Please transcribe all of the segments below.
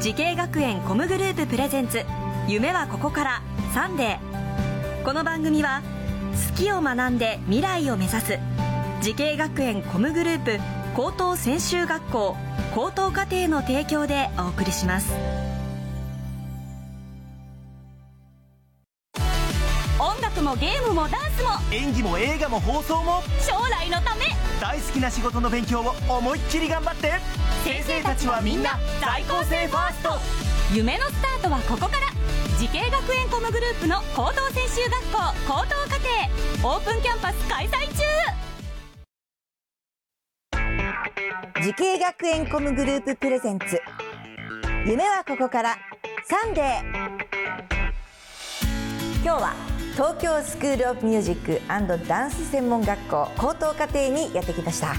時系学園コムグループプレゼンツ夢はここからサンデーこの番組は好きを学んで未来を目指す時系学園コムグループ高等専修学校高等課程の提供でお送りします音楽もゲームもダンスも演技も映画も放送も将来のため大好きな仕事の勉強を思いっきり頑張って先生たちはみんな在校生ファースト夢のスタートはここから慈恵学園コムグループの高等専修学校高等課程オープンキャンパス開催中時系学園コムグループプレゼンツ夢はここからサンデー今日は東京スクールオブミュージックダンス専門学校高等課程にやってきました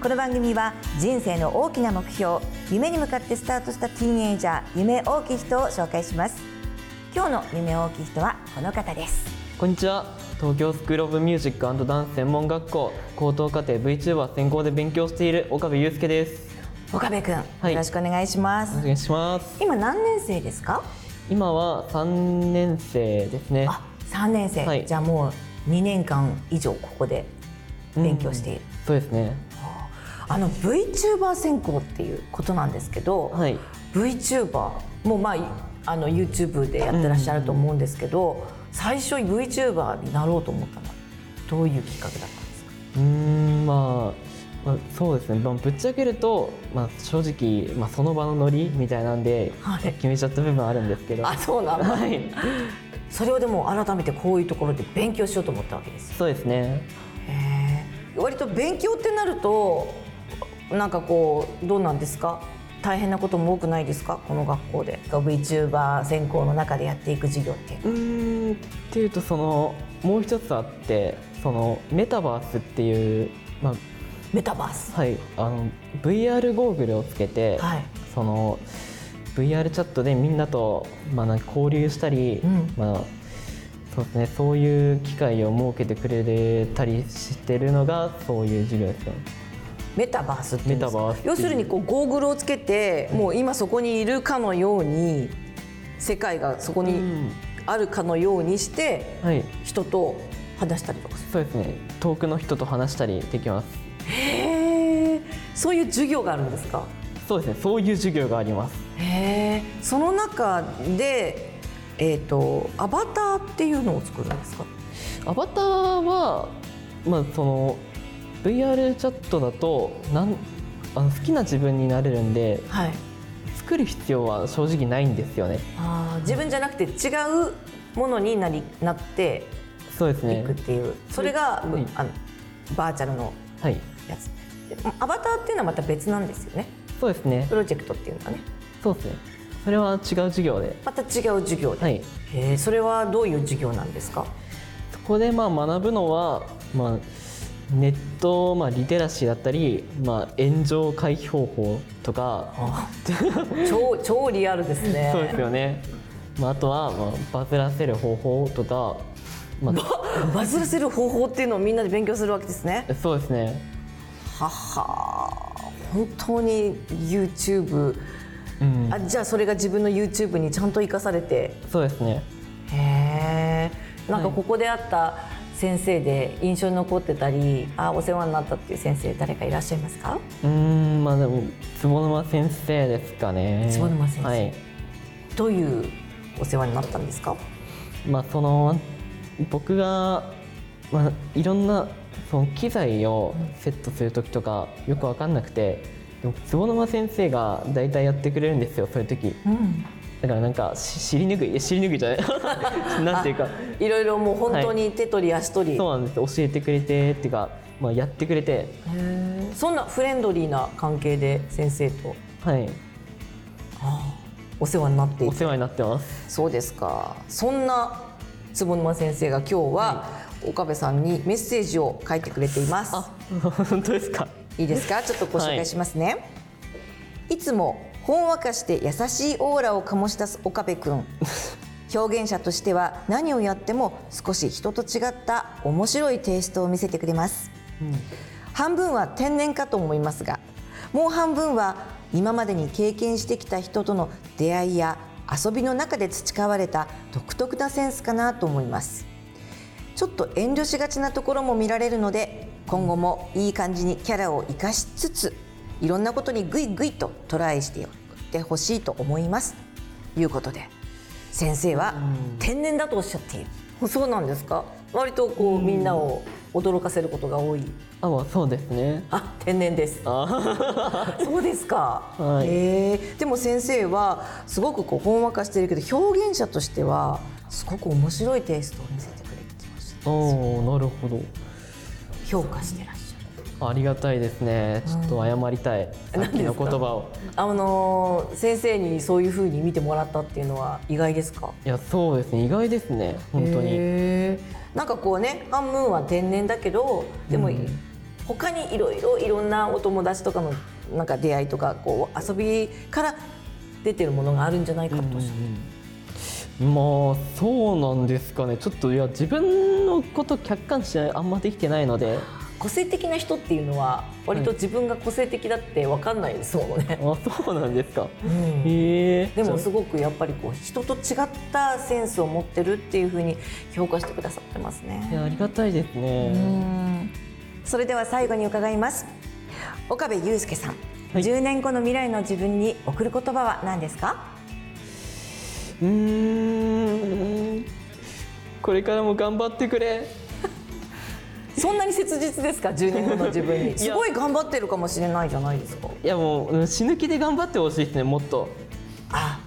この番組は人生の大きな目標夢に向かってスタートしたティーンエイジャー夢大きい人を紹介します今日の夢大きい人はこの方ですこんにちは東京スクール・オブ・ミュージックダンス専門学校高等課程 VTuber 専攻で勉強している岡部祐介です岡部君、はいよろしくお願いしますお願いします今何年生ですか今は3年生ですねあ、三年生、はいじゃあもう2年間以上ここで勉強している、そうですねあの VTuber 専攻っていうことなんですけど、はい VTuber もまあいあの YouTube でやってらっしゃると思うんですけど、最初 VTuber になろうと思ったのはどういうきっかけだったんですかうーんまあ、まあそうですね、まあ、ぶっちゃけると、まあ、正直、まあ、その場のノリみたいなんではい決めちゃった部分あるんですけど、あそうなんだ はいそれをでも改めてこういうところで勉強しようと思ったわけですよそうですねへえ割と勉強ってなるとなんかこうどうなんですか大変なことも多くないですかこの学校で VTuber 専攻の中でやっていく授業っていううーんっていうとそのもう一つあってそのメタバースっていう、まあ、メタバースはい、あの VR ゴーグルをつけて、はいその VR チャットでみんなと、まあ、なんか交流したり、うんまあそうですね、そういう機会を設けてくれたりしてるのがそういう授業ですね。メタバースっていうんですかメタバースっていう要するにこうゴーグルをつけてもう今そこにいるかのように世界がそこにあるかのようにしてはい、人と話したりとかすそうですね遠くの人と話したりできまするへえそういう授業があるんですかそうですねそういう授業がありますへえその中で、えー、とアバターっていうのを作るんですかアバターは、まあ、その VR チャットだとなんあの好きな自分になれるんではい作る必要は正直ないんですよねあー自分じゃなくて違うものになりなってそうですいねくっていう、それが、うんあのバーチャルのはいやつアバターっていうのはまた別なんですよねそうですねプロジェクトっていうのはねそうですねそれは違う授業でまた違う授業で、はいへえそれはどういう授業なんですかそこでまあ学ぶのは、まあ、ネット、まあ、リテラシーだったり、まあ、炎上回避方法とか超超リアルですねそうですよね、まあ、あとは、まあ、バズらせる方法とか、まバズらせる方法っていうのをみんなで勉強するわけですねあ、そうですねはは本当に YouTube、うんあじゃあそれが自分の YouTube にちゃんと生かされてそうですねへえんかはいここで会った先生で印象に残ってたりあお世話になったっていう先生誰かいらっしゃいますかうーんまあでも坪沼先生ですかね坪沼先生はいどういうお世話になったんですかまあ、その僕が、まあ、いろんなその機材をセットする時とかよく分かんなくてでも坪沼先生が大体やってくれるんですよそういう時うんだからなんかし尻拭いいや尻拭いじゃない なんていうかいろいろもう本当に手取り足取り、そうなんです教えてくれてっていうか、まあ、やってくれてへえそんなフレンドリーな関係で先生とはいお世話になっていおて世話になってますそうですかそんな坪沼先生が今日は岡部さんにメッセージを書いてくれていますあ 本当ですかいいですかちょっとご紹は介いしますね、い、つもほんわかして優しいオーラを醸し出す岡部くん表現者としては何をやっても少し人と違った面白いテイストを見せてくれます半分は天然かと思いますがもう半分は今までに経験してきた人との出会いや遊びの中で培われた独特なセンスかなと思いますちょっと遠慮しがちなところも見られるので今後もいい感じにキャラを生かしつついろんなことにグイグイとトライしていってほしいと思いますということで先生は天然だとおっしゃっているそうなんですか割とこうみんなを驚かせることが多いあまあそうですねあ天然ですそうですか、はいへえでも先生はすごくこうほんわかしてるけど表現者としてはすごく面白いテイストを見せてくれてましたおおなるほど評価してらっしゃるありがたいですね。ちょっと謝りたい。さっきの言葉を。あのー先生にそういう風に見てもらったっていうのは意外ですかいや、そうですね。意外ですね。本当に。へーなんかこうね半分は天然だけどでも、他にいろいろいろんなお友達とかのなんか出会いとかこう遊びから出てるものがあるんじゃないかとおっしゃってまあ、そうなんですかね。ちょっと、いや、自分のこと客観視はあんまできてないので。個性的な人っていうのは割と自分が個性的だって分かんないですもんね。あ、そうなんですか。うんへえ。でもじすごくやっぱりこう人と違ったセンスを持ってるっていう風に評価してくださってますゃあいね。や、ありがたいですね。それでは最後に伺います岡部祐介さん、はい10年後の未来の自分に送る言葉は何ですかうーん。これからも頑張ってくれ。そんなに切実ですか10年後の自分に すごい頑張ってるかもしれないじゃないですか。いや、もう、うん死ぬ気で頑張ってほしいですね。もっと。あ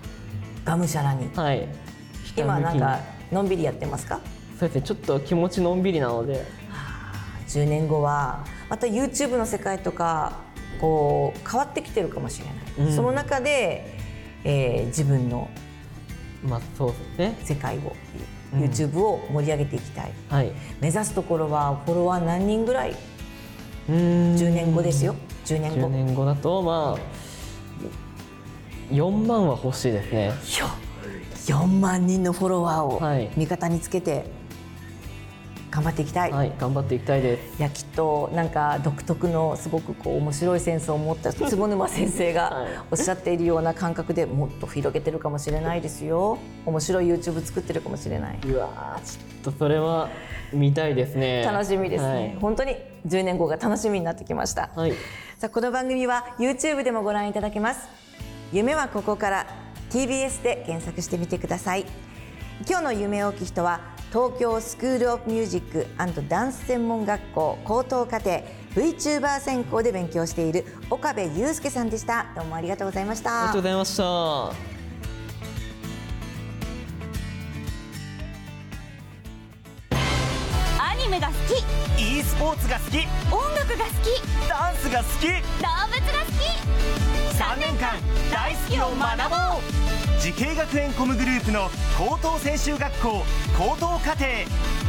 がむしゃらにはい。今なんかひのんびりやってますかたむきに。そうですね。ちょっと気持ちのんびりなので。 10年後はまた YouTube の世界とかこう変わってきてるかもしれない、うんその中で、えー自分のまあ、そうですね。世界をうん YouTube を盛り上げていきたい、はい。う目指すところはフォロワー何人ぐらいーん10年後ですよ10年後10年後だとまあ4万は欲しいですねひょ4万人のフォロワはーいを味方につけて頑張っていきたい、はい頑張っていきたいですいやきっとなんか独特のすごくこう面白いセンスを持 った坪沼先生がはいおっしゃっているような感覚でもっと広げてるかもしれないですよ面白い YouTube 作ってるかもしれないうわーちょっとそれは見たいですね楽しみですね、はい本当に10年後が楽しみになってきました、はい、さあこの番組は YouTube でもご覧いただけます夢はここから TBS で検索してみてください今日の夢大きい人は東京スクールオブミュージックダンス専門学校高等課程 VTuber 専攻で勉強している岡部祐介さんでしたどうもありがとうございましありがたとうございましたアニメが好き e スポーツが好き音楽が好きダンスが好き動物が好き3年間大好きを学ぼう慈恵学園コムグループの高等専修学校高等課程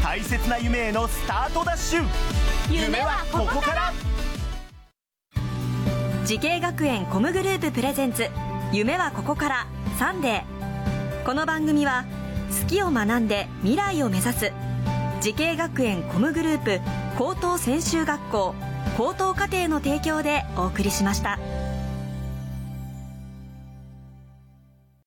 大切な夢へのスタートダッシュ夢はここから時系学園コムグループプレゼンツ夢はここからサンデーこの番組は好きを学んで未来を目指す時系学園コムグループ高等専修学校高等課程の提供でお送りしました。